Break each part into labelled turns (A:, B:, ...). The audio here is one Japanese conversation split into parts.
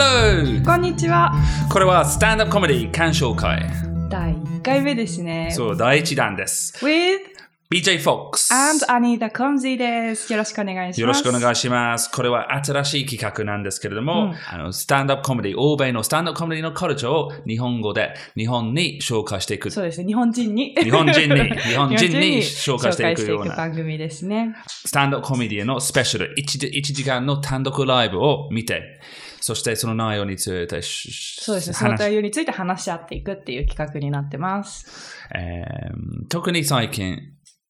A: こんにちは。
B: これはスタンダップコメディ鑑賞会。
A: 第1回目ですね。
B: そう、第一弾です。
A: With
B: BJ Fox。
A: and Anita Comzy です。よろしくお願いします。
B: よろしくお願
A: い
B: いします。これは新しい企画なんですけれども、
A: うん
B: あのスタンダップコメディ、欧米のスタンダップコメディのカルチャーを日本語で日本に紹介していく。
A: そうですね。日本人に。
B: 日本 人に日本人に
A: 日
B: 紹介していくような
A: 紹介していく番組ですね。
B: スタンダップコメディのスペシャル1、一時間の単独ライブを見て、そしてその内容についてし
A: そうですね。その
B: 話し
A: 対応について話し合っていくっていう企画になってます。
B: えー特に最近、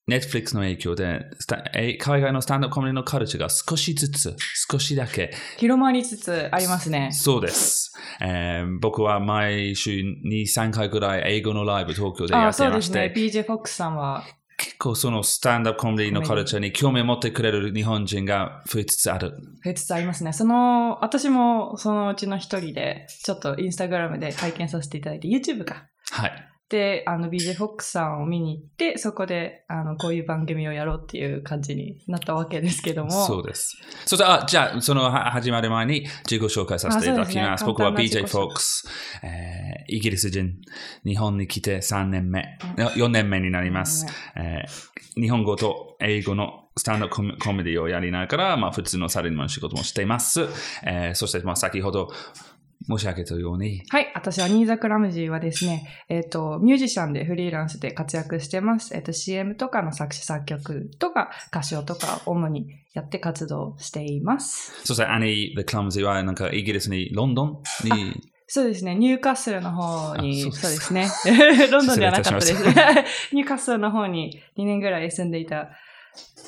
B: Netflix の影響で、スタえ海外のスタンダップコメディのカルチャーが少しずつ、少しだけ
A: 広まりつつありますね。
B: そうです、えー僕は毎週2、3回ぐらい英語のライブ東京でや
A: あ、
B: って
A: そう
B: ま
A: で
B: し
A: す
B: て、
A: ね。BJ Fox さんは。
B: 結構そのスタンダップコメディのカルチャーに興味を持ってくれる日本人が増えつつある。
A: 増えつつありますね。その、私もそのうちの一人で、ちょっとインスタグラムで拝見させていただいて、YouTube か。
B: はい。
A: で、あの、BJ フォックスさんを見に行って、そこで、あの、こういう番組をやろうっていう感じになったわけですけども。
B: そうです。そして、あ、じゃあ、そのは始まる前に自己紹介させていただきます。
A: あそうですね
B: 僕は
A: 簡単な自
B: BJ
A: 己紹
B: Fox、えーイギリス人、日本に来て3年目、
A: うん
B: 4年目になります
A: うん。
B: えー日本語と英語のスタンダードコメコメディをやりながら、まあ、普通のサラリーマンの仕事もしています。えーそして、まあ、先ほど申し上げたように、
A: はい、私はニーザクラムジーはですね、えっ、と、ミュージシャンでフリーランスで活躍してます。えっ、と、CM とかの作詞作曲とか、歌唱とか、主にやって活動しています。
B: そして、アニー・The Clumsy は、なんか、イギリスに、ロンドン に、
A: そうですね、ニューカッスルの方に、
B: あそ
A: そ
B: うう
A: で
B: ですす
A: ね、 ロンドンではなかったです
B: 失礼いたし。
A: ニューカッスルの方に2年ぐらい住んでいた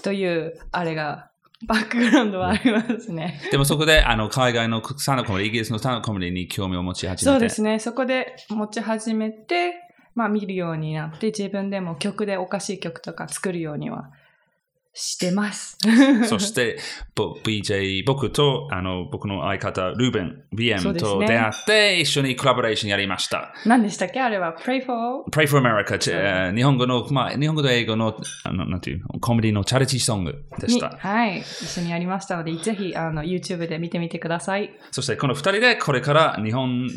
A: という、あれが、バックグラウンドはありますね。
B: でもそこで、あの、海外のスタンダードコメディ、イギリスのスタンダードコメディに興味を持ち始めて、
A: そうですね。そこで持ち始めて、まあ見るようになって、自分でも曲でおかしい曲とか作るようにはしてます。
B: そして、ぼ BJ、僕とあの僕の相方、ルーベン、
A: そう
B: BM
A: です
B: と
A: ね
B: 出会って、一緒にコラボレーションやりました。
A: 何でしたっけあれは Pray for?
B: Pray for America、えー日本語の、まあ、日本語と英語のあのなんていうコメディのチャリティーソングでし
A: に、
B: た。
A: はい。一緒にやりましたので、ぜひあの YouTube で見てみてください。
B: そして、この二人でこれから日本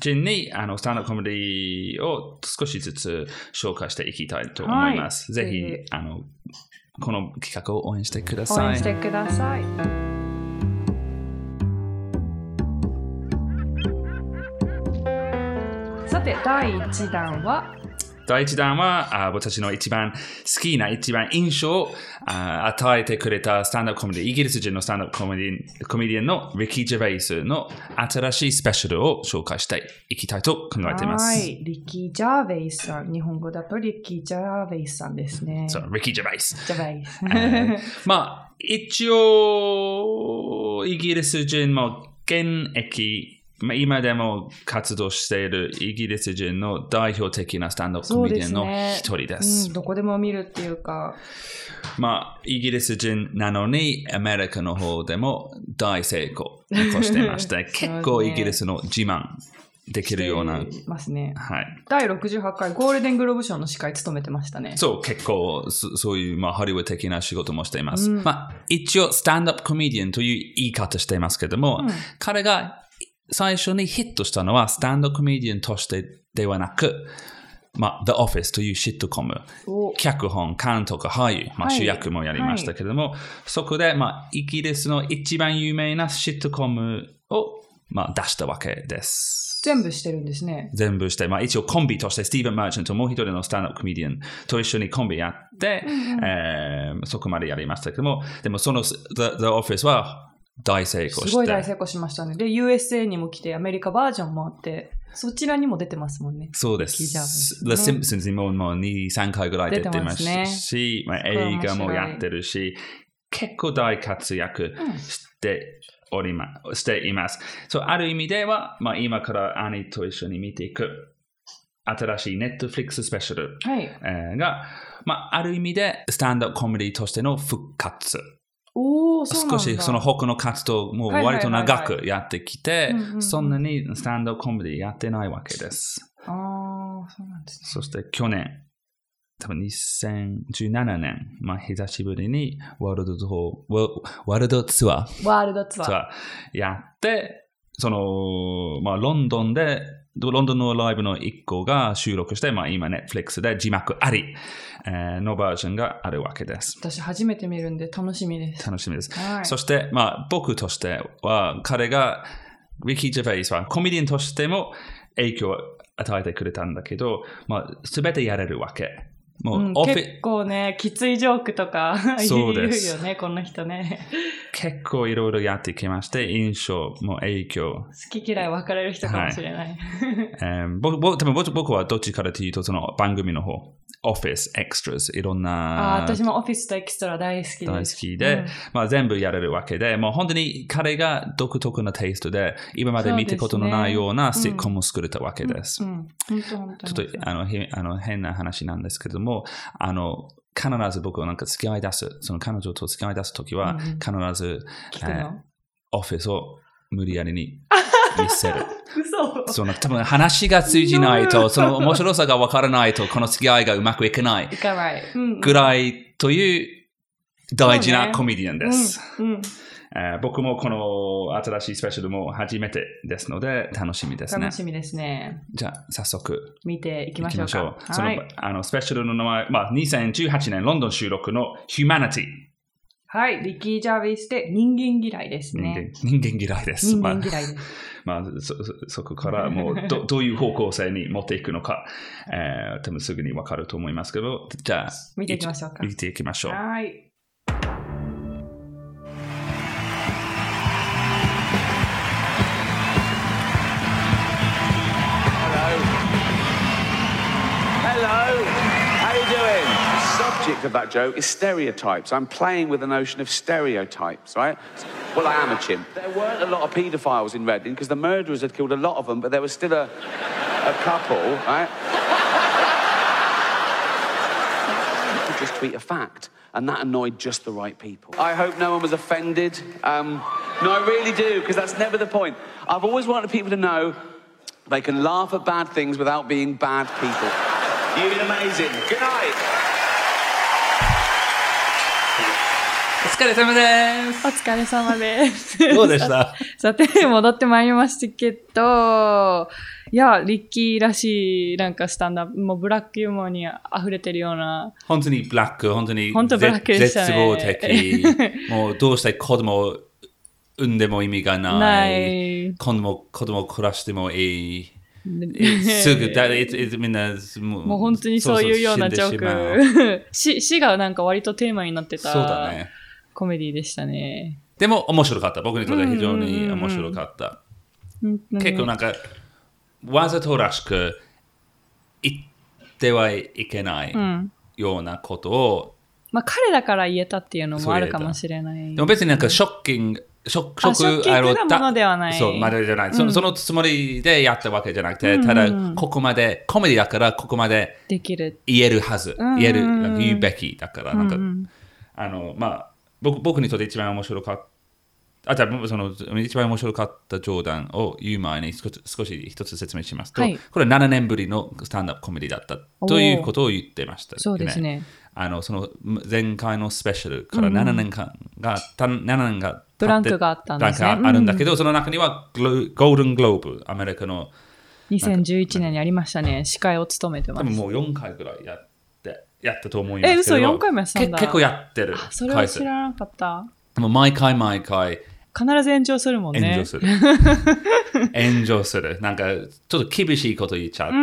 B: 人にあのスタンダードコメディを少しずつ紹介していきたいと思います。
A: は
B: ぜ
A: い
B: ひ
A: ぜひ
B: あの、この企画を応援してくだ
A: 応
B: さ
A: 援
B: い
A: し。てください。さて、第1弾は、
B: 第一弾はあ私の一番好きな一番印象をあ与えてくれたスタンダップコメディイギリス人のスタンダップコメディコメディアンのリッキー・ジェベイスの新しいスペシャルを紹介していきたいと考えていま
A: は
B: す。
A: い。リッキー・ジャーベイスさん。日本語だとリッキー・ジャーベイスさんですね。
B: そう、リッキー・ジェベイス。
A: ジャバイス。
B: えーまあ、一応、イギリス人も現役、まあ、今でも活動しているイギリス人の代表的なスタンダップコメディアンの一人です。
A: うん、どこでも見るっていうか、
B: まあ、イギリス人なのに、アメリカの方でも大成功残してまし
A: そう
B: て、
A: ですね
B: 結構イギリスの自慢できるような、
A: してますね。
B: はい。
A: 第68回ゴールデングローブ賞の司会務めてましたね。
B: そう、結構、そそういう、まあ、ハリウッド的な仕事もしています。
A: うん
B: まあ、一応、スタンダップコメディアンという言い方していますけども、
A: うん
B: 彼が最初にヒットしたのは、スタンダップコメディアンとしてではなく、まあ、The Office というシットコム、
A: お
B: 脚本、監督、俳優、まあ、
A: はい
B: 主役もやりましたけれども、そこで、まあ、イギリスの一番有名なシットコムを、まあ、出したわけです。
A: 全部してるんですね。
B: 全部して、まあ、一応コンビとしてスティーブン・マーチャント、もう一人のスタンダップコメディアンと一緒にコンビやって、えーそこまでやりましたけども、でもその The, The Office は大成功して。
A: すごい大成功しましたね。で、USA にも来て、アメリカバージョンもあって、そちらにも出てますもんね。
B: そうで
A: 聞いちゃうんです
B: す。
A: ね
B: The Simpsons にももう2、3回ぐらい出てま
A: 出て
B: す
A: ます
B: し、まあ、
A: ごい面
B: 映
A: 白い
B: 画もやってるし、結構大活躍しておりま、しています。そう、ある意味では、まあ、今から兄と一緒に見ていく新しい Netflix スペシャル
A: はい。
B: えーが、まあ、ある意味でスタンダップコメディとしての復活。
A: おー、そうなん
B: 少
A: だ
B: しその他の活動も
A: はいはい
B: 割
A: はい
B: と
A: はい
B: 長くやってきて
A: うんうんう、ん
B: そんなにスタンダップコメディやってないわけです。
A: あー、そうなんですね。
B: そして去年、多分2017年、まあ、久しぶりにワールドツアーワワールドツアー
A: ワールドツアー。
B: ツアーやって、その、まあ、ロンドンで、ロンドンのライブの1個が収録して、まあ、今、Netflix で字幕ありえーのバージョンがあるわけです。
A: 私初めて見るんで楽しみ です。
B: 楽しみです。
A: はい。
B: そして、まあ、僕としては、彼が、ウィキー・ジェフェイスはコメディアンとしても影響を与えてくれたんだけど、まあ、すべてやれるわけ。もう、
A: うん
B: オフ
A: 結
B: ィ
A: 構ね、きついジョークとか 言
B: そうう
A: よ
B: です
A: ね、この人ね。
B: 結構いろいろやってきまして、印象も影響。
A: 好き嫌い分かれる人かもしれない。
B: えー僕僕多分僕僕はどっちからというと、その番組の方、オフィス、エクストラス、いろん
A: ああ
B: な
A: 私もオフィスとエキストラ大好きです。
B: 大好きで、
A: うん
B: まあ、全部やれるわけで、もう本当に彼が独特なテイストで、今まで見たことのないような
A: そうです
B: シ
A: ね
B: ッコムを作れたわけです。
A: うん、本当本当。
B: ちょっとあのへあの変な話なんですけども、あの必ず僕はなんか付き合い出す、その彼女と付き合い出すときは、
A: うんうん
B: 必ず
A: 聞くの、
B: えーオフィスを無理やりに見せ る。
A: 嘘
B: その多分話が通じない と、その面白さがわからないと、この付き合いがうまくいかない
A: いかない。うん
B: ぐらいという大事なコメディアンです。
A: うんうん
B: えー僕もこの新しいスペシャルも初めてですので、楽しみですね
A: 楽。しみですね。
B: じゃあ、早速
A: 見ていき
B: 行
A: ま
B: き
A: しょう
B: ましょ
A: か。
B: う。その、
A: はい。
B: あのスペシャルの名前、まあ、2018年ロンドン収録の Humanity。
A: はい。リッキー・ジャーヴィスで人間嫌いです
B: 人間、
A: ね。
B: 人間嫌いです。
A: 人
B: まあ
A: 間嫌いです。
B: まあ、そそそこ からもうどどういう方向性に持っていくのか、えー、多分すぐにわかると思いますけど、じゃあ、
A: 見ていきましょうか
B: 見ていきましょう。
A: はい。
C: Hello. Hello. How you doing? Subject of that joke is stereotypes. I'm playing with the notion of stereotypes, right? Well, I am a chimp. There weren't a lot of paedophiles in Reading because the murderers had killed a lot of them, but there was still a, a couple, right? You could just tweet a fact, and that annoyed just the right people. I hope no one was offended. Um, no, I really do, because that's never the point. I've always wanted people to know they can laugh at bad things without being bad people. You've been amazing. Good night.
B: お疲れ様で
A: お疲れ様です。
B: す。どうでした
A: さて、戻ってまいりましたけど、いや、リッキーらしい、なんかスタンダーもうブラックユーモアに溢れてるような、
B: 本当にブラック、本当に
A: 本当ブラックでした
B: 絶
A: ね
B: 望 的。もうどうして子供を産んでも意味がない。
A: ない
B: 子供子供を暮らしてもいい。す ぐだいついつみんなもう
A: もう本当にそういうようなジョ
B: そそ死んでしまう
A: ーク。死死がなんか割とテーマになって
B: そうだ
A: た
B: ね。
A: コメディでしたね。
B: でも面白かった。僕にとって非常に面白かった。結構なんか、わざとらしく言ってはいけない
A: ん
B: ようなことを、
A: まあ彼だから言えたっていうの
B: そ
A: も
B: う
A: あ
B: 言えた
A: るかもしれない。
B: でも別になんかショッキング、ショック、
A: あショッキングな
B: あのた
A: ものではない
B: そう、までじゃない、その。そのつもりでやったわけじゃなくて、ただ、ここまで、コメディだから、ここまで
A: できる。
B: 言えるはず。
A: んうん
B: 言える、なんか言うべきだから、なんか、あの、まあ、僕僕にとって一番面白かった。あじゃあその一番面白かった冗談を言う前に少し少し一つ説明しますと、
A: はい
B: これは7年ぶりのスタンダップコメディだった
A: おー
B: ということを言ってました、
A: そうですね
B: あのその前回のスペシャルから7年間が、た7年が経って
A: ブランクがあったんです
B: ブ
A: ね
B: ランクがあるんだけど、その中にはグロゴールデングローブアメリカの
A: 2011年にありましたね。司会を務めてま
B: 多分
A: す。
B: もう4回ぐらいやってやったと思いますけど
A: え嘘4回もやってたんだ
B: け結構やってる
A: あそれは
B: 回
A: 知
B: 数
A: らなかった。
B: もう毎回毎回
A: 必ず炎上するもんね。
B: 炎上 する。炎上する。なんか、ちょっと厳しいこと言っちゃって、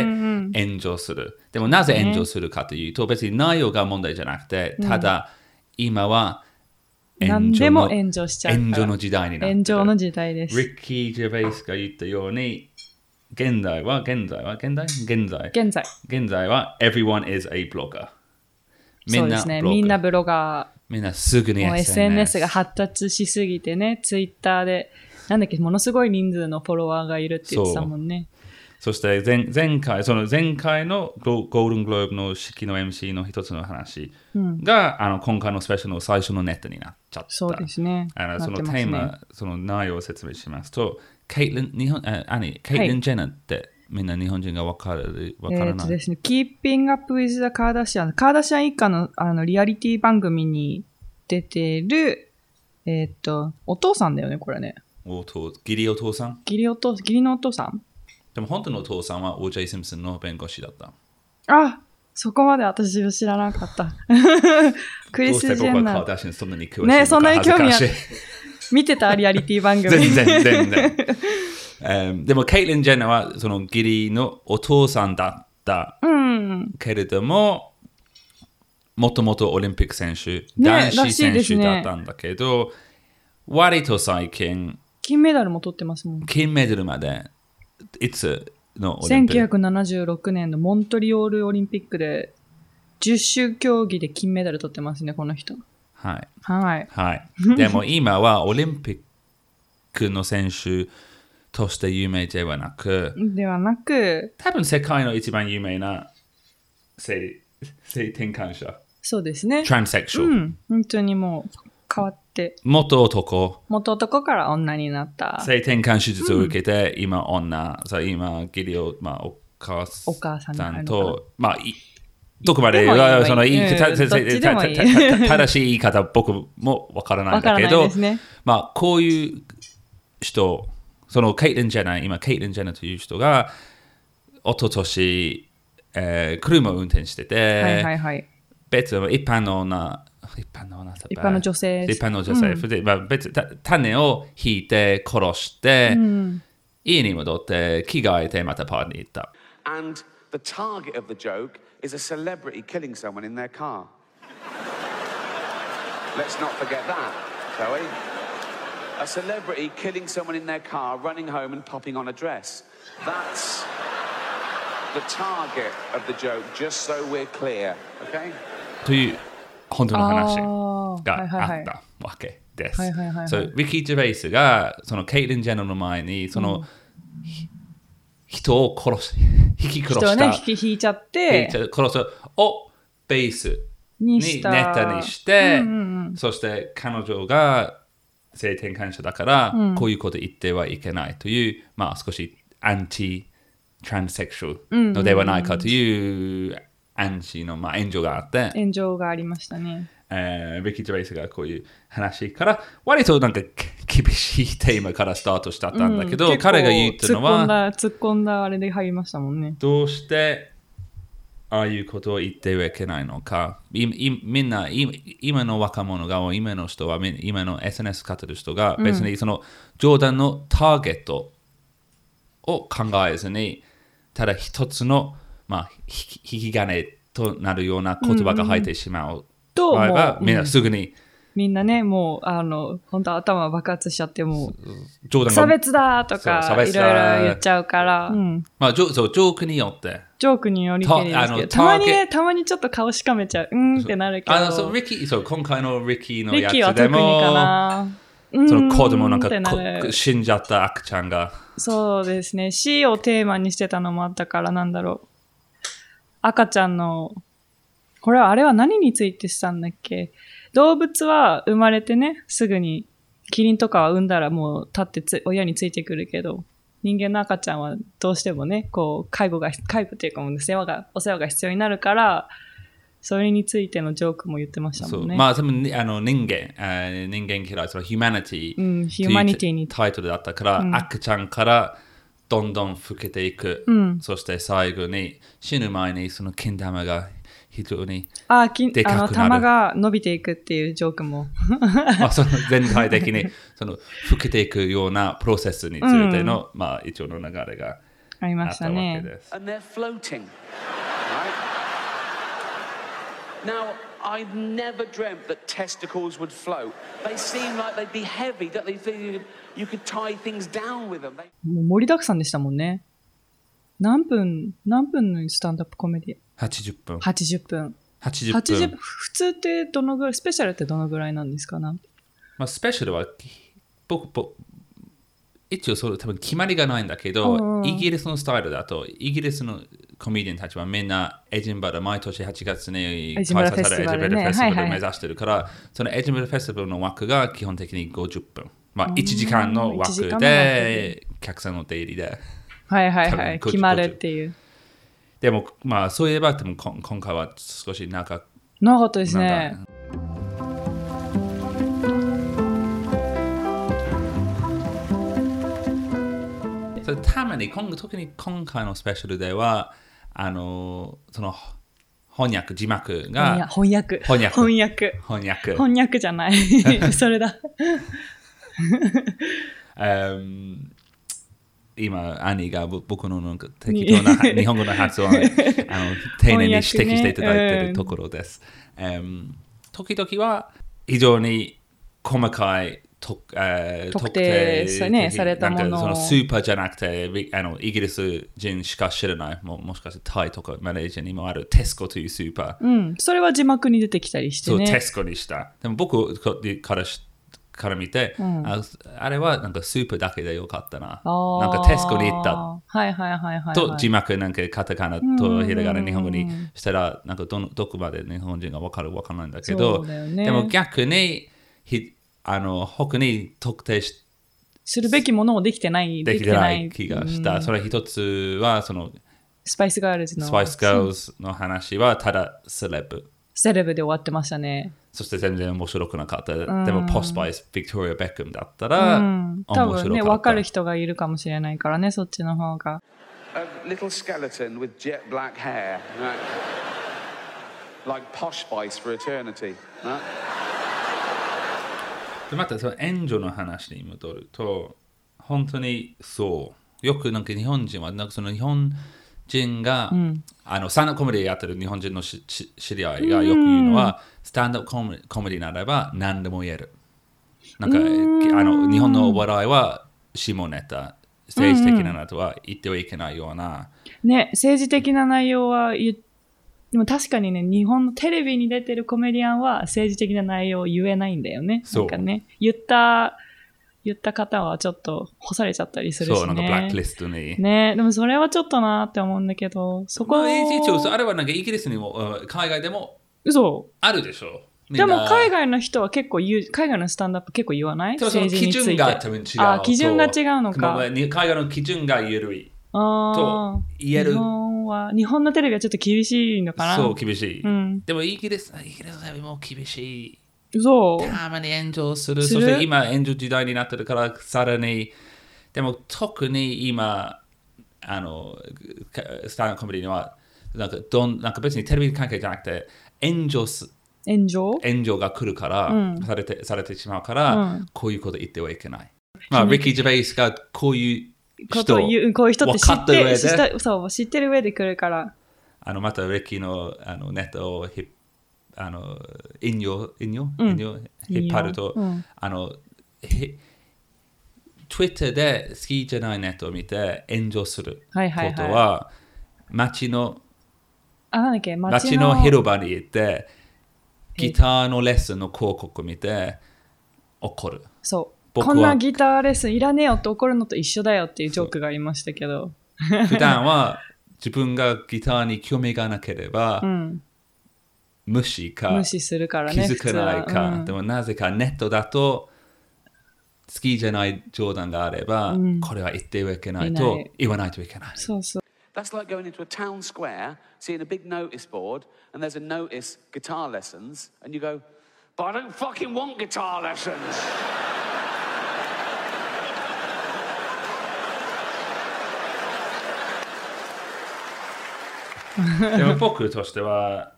B: 炎上する。でもなぜ炎上するかというと、別に内容が問題じゃなくて、ただ、今は
A: 何でも炎上しちゃうから
B: 炎上の時代になってる
A: 炎上の時代です。
B: リッキー・ジェベイスが言ったように、現在は、現在は、現在現在。
A: 現在。
B: 現在は、everyone is a blogger。み
A: そうんで
B: な
A: す
B: ブロガー、
A: ね。みんなブロガー。
B: みんなすぐに
A: もう SNS が発達しすぎてね、ツイッターで、なんだっけ、ものすごい人数のフォロワーがいるって言ってたもんね。
B: そして前前回、その前回のゴゴールデングローブの式の MC の一つの話が、あの今回のスペシャルの最初のネタになっちゃった。
A: そうですね
B: あのその
A: な
B: テ
A: ってます
B: ー
A: ね
B: マ、その内容を説明しますと、ケイトリン、日本、あ兄、ケイトリン・ジェナーってみんな日本人がわかる、わか
A: え
B: ら
A: っ
B: な
A: と
B: い。
A: ですね、Keeping Up with the Kardashian。カーダシアン一家のあのリアリティ番組に出てる、えっ、と、お父さんだよね、これね。
B: お父義理お父さん
A: 義理お父義理のお父さん
B: でも本当のお父さんは O.J. シンプソンの弁護士だった。
A: あそこまで私知らなかった。 クリ
B: どうし
A: ス・
B: て
A: ジ
B: 僕
A: ェン
B: はカ
A: ナ
B: ー
A: ー。
B: ダシアンそんなに詳しいのか
A: ねそんなに 興味あ
B: 恥ず
A: る
B: かしい。
A: 見てたリアリティ番組。
B: 全然全然。えーでも、ケイリン・ジェンナーはその義理のお父さんだった
A: うん。
B: けれども、もともとオリンピック選手、
A: ね
B: 男
A: ら
B: 子
A: しい
B: 選
A: です
B: 手
A: ね
B: だったんだけど、割と最近、
A: 金メダルも取ってますもん。
B: 金メダルまで、いつのオリンピック
A: 1976年のモントリオールオリンピックで10種競技で金メダル取ってますね、この人。
B: はい。
A: はい。
B: はい。 でも今はオリンピックの選手として有名ではなく、
A: ではなく、
B: 多分世界の一番有名な性性転換者、
A: そうですね。
B: トランセクショ
A: う
B: ン、
A: ん。本当にもう変わって、
B: 元男、
A: 元男から女になった
B: 性転換手術を受けて、今女、さあ今ギリを、まあ、お母さん
A: お母さんになるのかな
B: と、まあ、いどこまで
A: でもいいよ
B: あその言い
A: うん
B: 方
A: どっちでもいい
B: たたたた正しい言い方、僕もわからないん
A: わか
B: だ
A: ら
B: け
A: ない
B: ど
A: で、すね。
B: まあ、こういう人、そのケイリン・ジェナー、今、ケイリン・ジェナーという人が、一昨年、えー車を運転してて、
A: はいはいはい。
B: 別の一般の女、一般の女
A: 一般の女性
B: 一般の女性、でまあ、別た種を引いて殺して、家に戻って、着替えて、またパーに行った。
C: And the target of the joke is a celebrity killing someone in their car. Let's not forget that, shall we? A celebrity killing someone in their car, running home and popping on a dress. That's the target of the joke, just so we're clear, okay?
B: という本当の話が
A: あ
B: あ
A: ーはいはいはい
B: ったわけです。
A: はいはいはいはい
B: そう、リキー・ジェベイスが、そのケイリン・ジェナーの前に、その、ひ人を殺し、 引き殺
A: 人を
B: した、
A: ね、引き引いちゃっ
B: 引
A: て
B: い、ちゃう殺すをベースに
A: に
B: ネ
A: した
B: タにして、そして彼女が性転換者だから、こういうこと言ってはいけないという、まあ少しアンチトランスセクシャルのではないかという、アンチの、まあ、炎上があって、
A: 炎上がありましたね。
B: えー、ビキ・ジェイスがこういう話から、割となんかき厳しいテーマからスタートしたったんだけど、
A: 結構
B: 彼が言ったの
A: 突っ込ん
B: は、
A: だ、突っ込んだあれで入りましたもんね。
B: どうしてああいうことを言ってはいけないのか、いいみんな、い今の若者が、今の人は、み今の SNS 使ってる人が、別にその冗談のターゲットを考えずに、ただ一つの、まあ、引き引き金となるような言葉が入ってしまう
A: と
B: 場合は、
A: もう
B: みんなすぐに、
A: みんなね、もう、あの、本当頭爆発しちゃって、も
B: 冗談
A: う、
B: が
A: 差別だとか
B: そう差、別
A: い
B: だ
A: ろいろ言っちゃうから、うん
B: まあ、ジョそうジョークによって。
A: ジョークによりけりです
B: たあ
A: け
B: の
A: ど、たまに
B: ターゲ
A: ね、たまにちょっと顔しかめちゃう、うーんってなるけど、
B: あのそうリキそう今回のリキの
A: リ
B: や
A: ッキーは
B: つ
A: 特
B: で
A: にか
B: も、
A: な。
B: その子供なんか
A: うーんってな
B: こ
A: る
B: 死んじゃった赤ちゃんが、
A: そうですね。死をテーマにしてたのもあったから、なんだろう。赤ちゃんの、これは、あれは何についてしたんだっけ動物は生まれてね、すぐに、キリンとかは産んだらもう立ってつ親についてくるけど、人間の赤ちゃんはどうしてもね、こう、介護が、介護っていうかもう世話が、お世話が必要になるから、それについてのジョークも言ってました
B: そ
A: も
B: うん
A: ね。
B: まあ多分ねあの人間、あー人間嫌い、そのヒューマニティ、
A: うんヒューマニティに
B: タイトルだったから、赤ちゃんからどんどん老けていく、そして最後に死ぬ前にその金玉が非常 に、
A: あ、き
B: でか
A: あの、
B: くなる
A: 玉が伸びていくっていうジョークも。
B: まあ、その全体的にその老けていくようなプロセスについての、まあ一応の流れが
A: あり
B: あ
A: ま
B: っ
A: したた
B: わ
A: ね
B: け。です。
C: and they're floating. Right? Now, I never dreamt that testicles would float. They seem like they'd be heavy, don't they? You think you could- You could tie things down with them. They-
A: もう盛りだくさんでしたもんね。何分、何分のスタンダップコメディ
B: 80分。
A: ?80 分。
B: 80分。
A: 80分。普通ってどのぐらい、スペシャルってどのぐらいなんですかな
B: まあ、スペシャルは僕僕一応それ多分決まりがないんだけど、イギリスのスタイルだとイギリスのコメディアンたちはみんなエジンバラ毎年8月に
A: エ
B: 開
A: ジンバラ
B: 催されるエジンバラ
A: フェスティバルね
B: フェスティバル
A: はい
B: を
A: は
B: 目
A: い
B: 指してるから、そのエジンバラフェスティバルの枠が基本的に50分まあ1時間の
A: 一時
B: 枠
A: 間の枠
B: で客さんの出入りで
A: はいはい
B: 多
A: は
B: 分
A: い。
B: こっち
A: 決まるっていう。
B: でもまあそういえば多分こん今回は少し長く
A: なかったです
B: なん
A: ね
B: だ。それたまに今後特に今回のスペシャルではあのその翻訳字幕
A: 翻
B: が
A: 訳。翻訳。
B: 翻訳
A: 翻訳。
B: 翻訳
A: 翻訳じ ゃない。それだ。
B: うん今兄がぼ僕のなんか適当な日本語の発音をあの丁寧に指摘していただいているところです。うん時々は非常に細かいと、えー
A: 特定さね
B: 的
A: されたものを
B: なんかそのスーパーじゃなくてびあのイギリス人しか知らないももしかしてタイとかマレーシアにもあるテスコというスーパー。
A: うん。それは字幕に出てきたりして
B: そう、
A: ね。
B: テスコにした。でも僕こからしから見て、あ、あれはなんかスープだけでよかったな。
A: あ
B: な
A: ー
B: んかテスコに行った。。
A: はいはいはいはい、はい。
B: と字幕なんかカタカナとひらがな日本語にしたらなんかどのどこまで日本人がわかるわからないんだけ
A: そ
B: ど
A: うだよね
B: でも逆にひあの他に特定し
A: するべきものをできてない。
B: できてない気がした、
A: うん
B: それ一つはその
A: スパイスガールズの。
B: スパイスガールズの話はただセレブ
A: セレブで終わってましたね。
B: そして全然面白くなかった。でも、ポスパイス、ビクトリア・ベッカムだったら、
A: うん
B: 面。白
A: 多
B: かった。
A: 分ね、わかる人がいるかもしれないからね、そっちの方が。
C: A little skeleton with jet black hair. right? Like posh spice for eternity. right?
B: でまた、その援助の話に戻ると、本当にそう。よくなんか日本人は、なんかその日本人が、あの、スタンダップコメディやってる日本人のしし知り合いがよく言うのは、スタンダップコメコメディならば何でも言える。なんか、あの、日本のお笑いは下ネタ、政治的なのとは言ってはいけないような、
A: ね、政治的な内容は言っでも確かにね、日本のテレビに出てるコメディアンは政治的な内容を言えないんだよね。
B: そう
A: なんかね、言った、言った方はちょっと干されちゃったりするしね。
B: そう、なんかブラックリストに。
A: ね、でもそれはちょっとなーって思うんだけど、そこ
B: ま
A: を
B: あ、一応あれはなんかイギリスにもうん海外でも
A: 嘘。
B: あるでしょみん
A: で
B: な
A: も海外の人は結構言う、海外のスタンダップ結構言わない
B: でもその
A: 政治
B: 基
A: につ
B: 準
A: いて
B: が多分違う
A: あ、基準が違うの
B: まあまあ
A: か。
B: に海外の基準が緩い
A: あ
B: と
A: ー
B: 言える
A: 日本は、日本のテレビはちょっと厳しいのかな。
B: そう厳しい、
A: うん
B: でもイギリスイギリスよりも厳しい
A: そう。
B: たまに炎上する
A: する
B: そして今炎上時代になってるからさらにでも特に今あのかスタンダップコメディにはなんかどんなんか別にテレビ関係じゃなくて炎上す
A: 炎上
B: 炎上が来るから、されてされてしまうから、
A: うん
B: こういうこと言ってはいけない。まあ、リッキー・ジェベイスがこういう
A: こと
B: 人
A: を言う、こういう人って知
B: 分か
A: っ
B: った上で
A: て、知ったそう、知ってる上で来るから。
B: あのまたリッキーのあのネタをひあの引用引用引用、引っ張ると、
A: うん
B: あのひ Twitter で好きじゃないネタを見て炎上すること
A: は
B: は、
A: いはいはい
B: 街の
A: あ、なんだっけ、街
B: 街
A: の
B: の広場に行ってギターのレッスンの広告を見て怒る。
A: そう。
B: 僕は
A: こんなギターレッスンいらねえよって怒るのと一緒だよっていうジョークがありましたけど。
B: 普段は自分がギターに興味がなければ、
A: ん
B: 無視か
A: 無視するから
B: 気
A: ね。
B: づかない
A: 普通は
B: か、
A: うん
B: でもなぜかネットだと好きじゃない冗談があれば、これは言ってはいけないと
A: いない
B: 言わないといけない。
A: そうそう。
C: That's like going into a town square, seeing a big notice board, and there's a notice guitar lessons, and you go, but I don't fucking want guitar lessons.
B: でも僕としては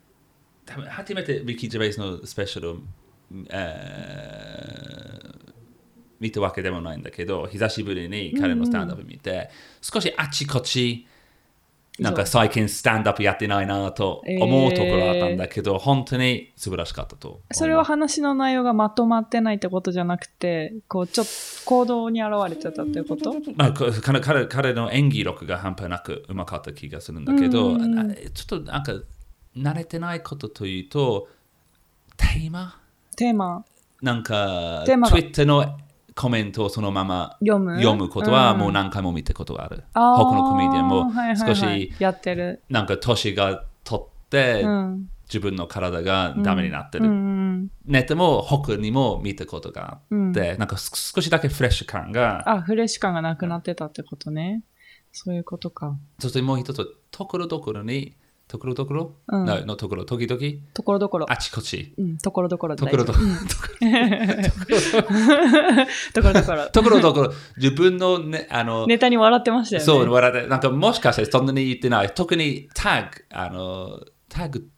B: 多分初めてリッキー・ジェベイスのスペシャルを、えー見たわけでもないんだけど久しぶりに彼のスタンダップ見て、少しあちこちなんか最近スタンダップやってないなと思うところあったんだけど、本当に素晴らしかったと思う
A: それは話の内容がまとまってないってことじゃなくて、こう、ちょっと行動に現れてたっていうこと
B: まあ、こ彼彼彼の演技力が半端なくうまかった気がするんだけど、あちょっとなんか慣れてないことというとテーマ
A: テーマ。
B: なんか、
A: テーマが
B: Twitter のコメントをそのまま
A: 読む
B: ことは
A: うん
B: もう何回も見たことがある。
A: あー
B: 他のコメディアンも
A: はいはいは
B: 少
A: い
B: し
A: やってる。
B: なんか年が取って、
A: うん
B: 自分の体がダメになってる。
A: うん。
B: ネットも他にも見たことがあって、なんかす少しだけフレッシュ感が、
A: あ、フレッシュ感がなくなってたってことね。そういうことか。
B: そしてもう一つ、ところどころにところどころ、
A: うん
B: ?No, のところ、時々、
A: ところどころ。
B: あちこち。
A: うん、ところどころで
B: と
A: 大
B: こ
A: 丈
B: ろ
A: 夫。
B: ど
A: ところどころ。
B: ところどころ、自分の,、ね、あ の、
A: ネタに笑ってましたよね。
B: そう、笑って、なんかもしかしてそんなに言ってない。特にタグ、あの、タグ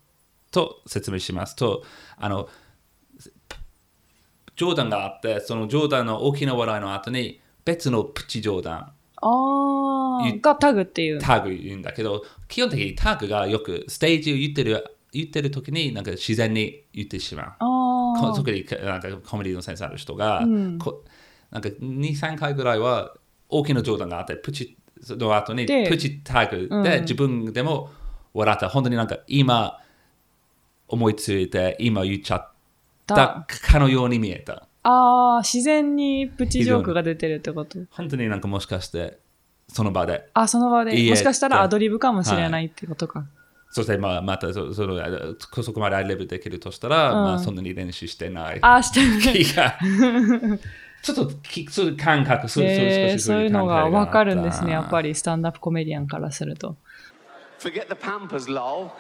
B: と説明しますと、あの、冗談があって、その冗談の大きな笑いの後に、別のプチ冗談、
A: あ
B: ゆ
A: あ、がタグっていう。
B: タグ言うんだけど、基本的にタグがよくステージを言ってる、言ってる時に、なんか自然に言ってしまう。
A: あ
B: こ
A: あ。
B: 特になんかコメディのセンスある人が、
A: うん
B: こなんか2、3回ぐらいは大きな冗談があって、プチその後に
A: で
B: プチタグ
A: う
B: で
A: ん
B: 自分でも笑った。本当になんか今思いついて、今言っちゃったかのように見えた。
A: ああ、自然にプチジョークが出てるってこと。
B: 本当になんかもしかしてその場で。
A: あ、その場で
B: いいえ
A: もしかした
B: って
A: らアドリブかもしれないってことか。
B: そしてまあまたそそのあのそこまでアイレブできるとしたら、
A: うん
B: まあそんなに練習してない。
A: ああ、してる。
B: 気がちょっときそういう感覚、そう
A: え
B: 少
A: ー
B: し
A: そういうの
B: 感
A: が
B: 覚があ
A: わ
B: った
A: かるんですね、やっぱりスタンダップコメディアンからすると。
C: Forget the Pampers, lol.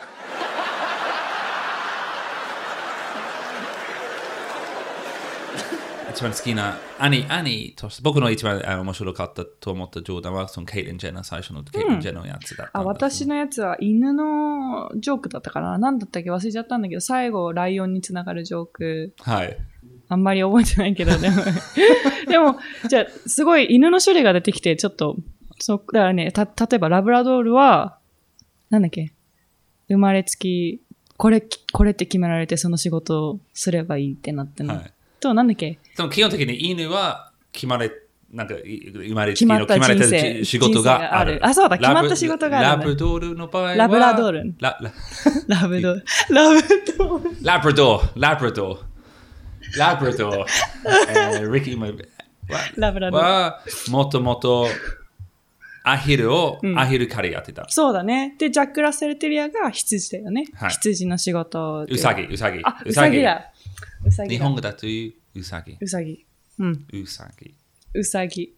B: It's Skina. Annie, Annie, tosh. Boku no ichiban uh, omoshiro katta to omotta joudan wa son Caitlyn Jenner saisho no Caitlyn Jenner no yatsu
A: あ、私のやつは犬のジョークだったかな何だったっけ忘れちゃったんだけど、最後、ライオンにつながるジョーク。
B: はい。
A: あんまり覚えてないけど、で も。でも、じゃあ、すごい犬の種類が出てきて、ちょっと、そう、だからね、た、例えばラブラドールは、なんだっけ、生まれつき、これ、これって決められて、その仕事をすればいいってなってんの
B: はい
A: と、なんだっ け、
B: でも基本的に犬は決まれ、なんかい生まれ
A: 決まった
B: 決まれ
A: 人
B: て
A: 生
B: る仕事があ
A: 人生
B: る。
A: があるあそう
B: ラ
A: だ
B: ブ
A: 決まった仕事がある
B: ラブドールの場合は。
A: ラブラドール
B: ララ
A: ラブドール。ラブドール。
B: ラブドー、ラブドー。ラブドー。えー、リキも。
A: ラブラドール。
B: は、もともとアヒルを、アヒル狩りやってた。
A: そうだね。で、ジャック・ラッセル・テリアが羊だよね。
B: はい
A: 羊の仕事で
B: うさぎ、うさぎ。
A: あ、うさぎだ。うさ
B: うさぎ。
A: ぎ
B: 日
A: だ。
B: 本語だといううさぎ。
A: うさぎ。うん。
B: うさぎ。
A: うさぎ。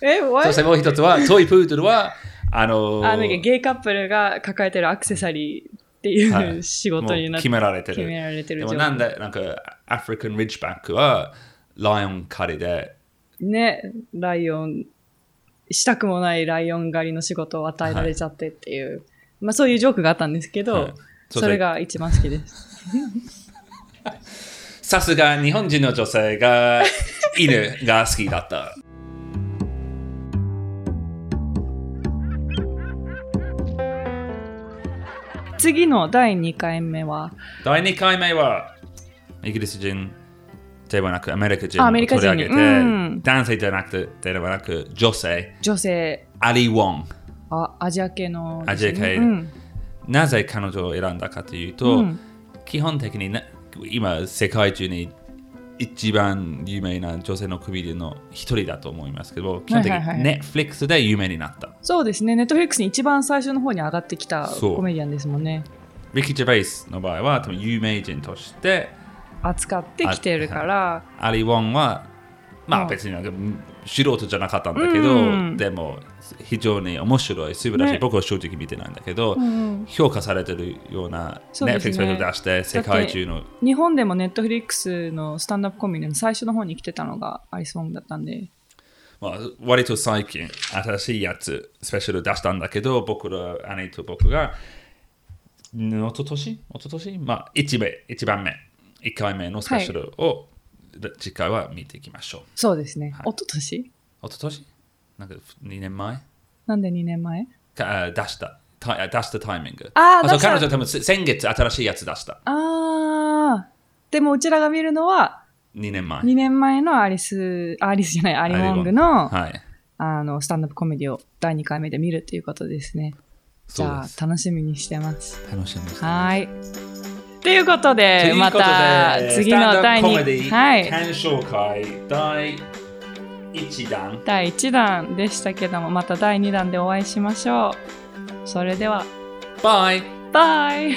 A: え、
B: そ
A: what?
B: してもう一つは、トイプードルは、あのー
A: あなんかゲイカップルが抱えてるアクセサリーっていう、
B: はい
A: 仕事に
B: もう
A: なって
B: 決められてる。
A: 決められてる
B: で
A: 状
B: も
A: 態
B: なんで、なんか、アフリカン・リッジバックは、ライオン狩りで、
A: ねライオンしたくもないライオン狩りの仕事を与えられちゃってっていう、まあそういうジョークがあったんですけど、
B: はいそう
A: そ
B: そう
A: れが一番好きです
B: さすが日本人の女性が、犬が好きだった。
A: 次の第2回目は
B: 第2回目は、イギリス人ではなく、アメリカ人
A: あア
B: を
A: メリ
B: 取
A: カ
B: り
A: 人
B: 上げて、
A: にうん
B: 男性ではなくて、ではなく、女性、
A: 女性
B: アリ・ウォン。
A: あアジア系の、
B: アジア系
A: うん
B: なぜ彼女を選んだかというと、
A: うん
B: 基本的にな今世界中に一番有名な女性のコメディアンの一人だと思いますけど基本的に
A: はいはいはい
B: Netflix で有名になった、
A: そうですねネットフリックスに一番最初の方に上がってきた
B: そう
A: コメディアンですもんね
B: リッキー・ジェベイスの場合は多分有名人として
A: 扱ってきてるから、
B: アリ・ウォンはま
A: う
B: あ
A: ん
B: 別になんか素人じゃなかったんだけど、
A: うん
B: でも非常に面白い素晴らしい、
A: ね
B: 僕は正直見てないんだけど、
A: んうん
B: 評価されてるような
A: そうです
B: Netflix
A: ね
B: を出して世界中の
A: 日本でもネットフリックスのスタンダップコメディの最初の方に来てたのがアリソンだったんで、
B: まあ、割と最近、新しいやつ、スペシャル出したんだけど、僕ら、姉と僕が、んおととし一昨年まあ、一番一番目、一回目のスペシャルを、次回は見ていきましょう。
A: そうですね、
B: はい
A: 一昨年
B: おととしなんか2年前
A: なんで2年前
B: かあ出した。たあ出したタイミング。
A: あ
B: そ
A: ー
B: う
A: 出した
B: 彼女多分せ先月新しいやつ出した。
A: あー、でもうちらが見るのは、
B: 2年前。
A: 2年前のアリス、アリスじゃない、アリモングの,、
B: はい。
A: あのスタンダップコメディを第2回目で見るということですね。じ
B: そう
A: ゃ
B: で
A: あ
B: す。
A: 楽しみにしてます。
B: 楽しみにしてます。
A: はーい。ということで、
B: という
A: ま
B: ことで
A: た次の第
B: スタンダップコメディ
A: 2、はい、
B: 鑑賞会第1弾。
A: 第1弾でしたけども、また第2弾でお会いしましょう。それでは、
B: Bye.
A: Bye.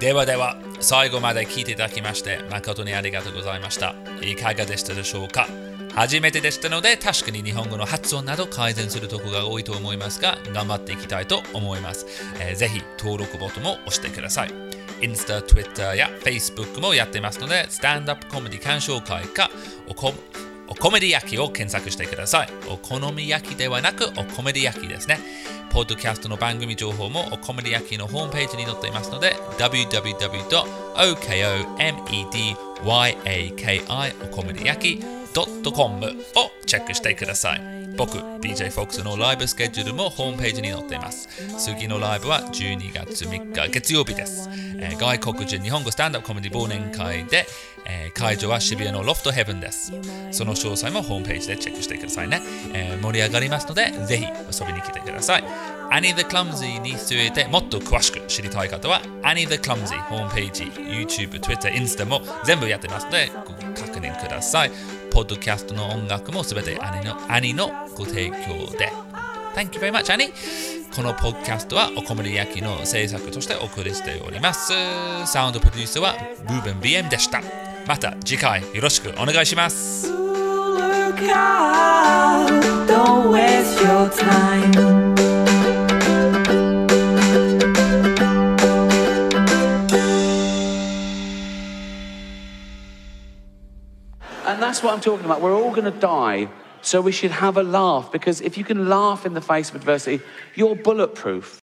B: Deva Deva 最後まで聞いていただきまして誠にありがとうございました。いかがでしたでしょうか初めてでしたので確かに日本語の発音など改善するとこが多いと思いますが頑張っていきたいと思います、えーぜひ登録ボタンも押してくださいインスタ、ツイッターや Facebook もやってますので、スタンダップコメディ鑑賞会かおこ、おコメディ焼きを検索してください。お好み焼きではなく、おコメディ焼きですね。ポッドキャストの番組情報もおコメディ焼きのホームページに載っていますので、www.okomediyaki おコメディ焼き .com をチェックしてください。僕、DJ FOX のライブスケジュールもホームページに載っています。次のライブは12月3日月曜日です。えー外国人日本語スタンダップコメディ忘年会で、えー会場は渋谷のロフトヘブンです。その詳細もホームページでチェックしてくださいね。えー盛り上がりますので、ぜひ遊びに来てください。Annie the Clumsy についてもっと詳しく知りたい方は Annie the Clumsy ホームページ、YouTube、Twitter、Insta も全部やってますのでご確認ください。ポッドキャストの音楽もすべて Annie の Annie のご提供で。Thank you very much, Annie! このポッドキャストはおこもり焼きの制作としてお送りしております。サウンドプロデューサーはブーベン BM でした。また次回よろしくお願いします。
D: look out, don't waste your time.
C: And that's what I'm talking about. We're all going to die, so we should have a laugh because if you can laugh in the face of adversity, you're bulletproof.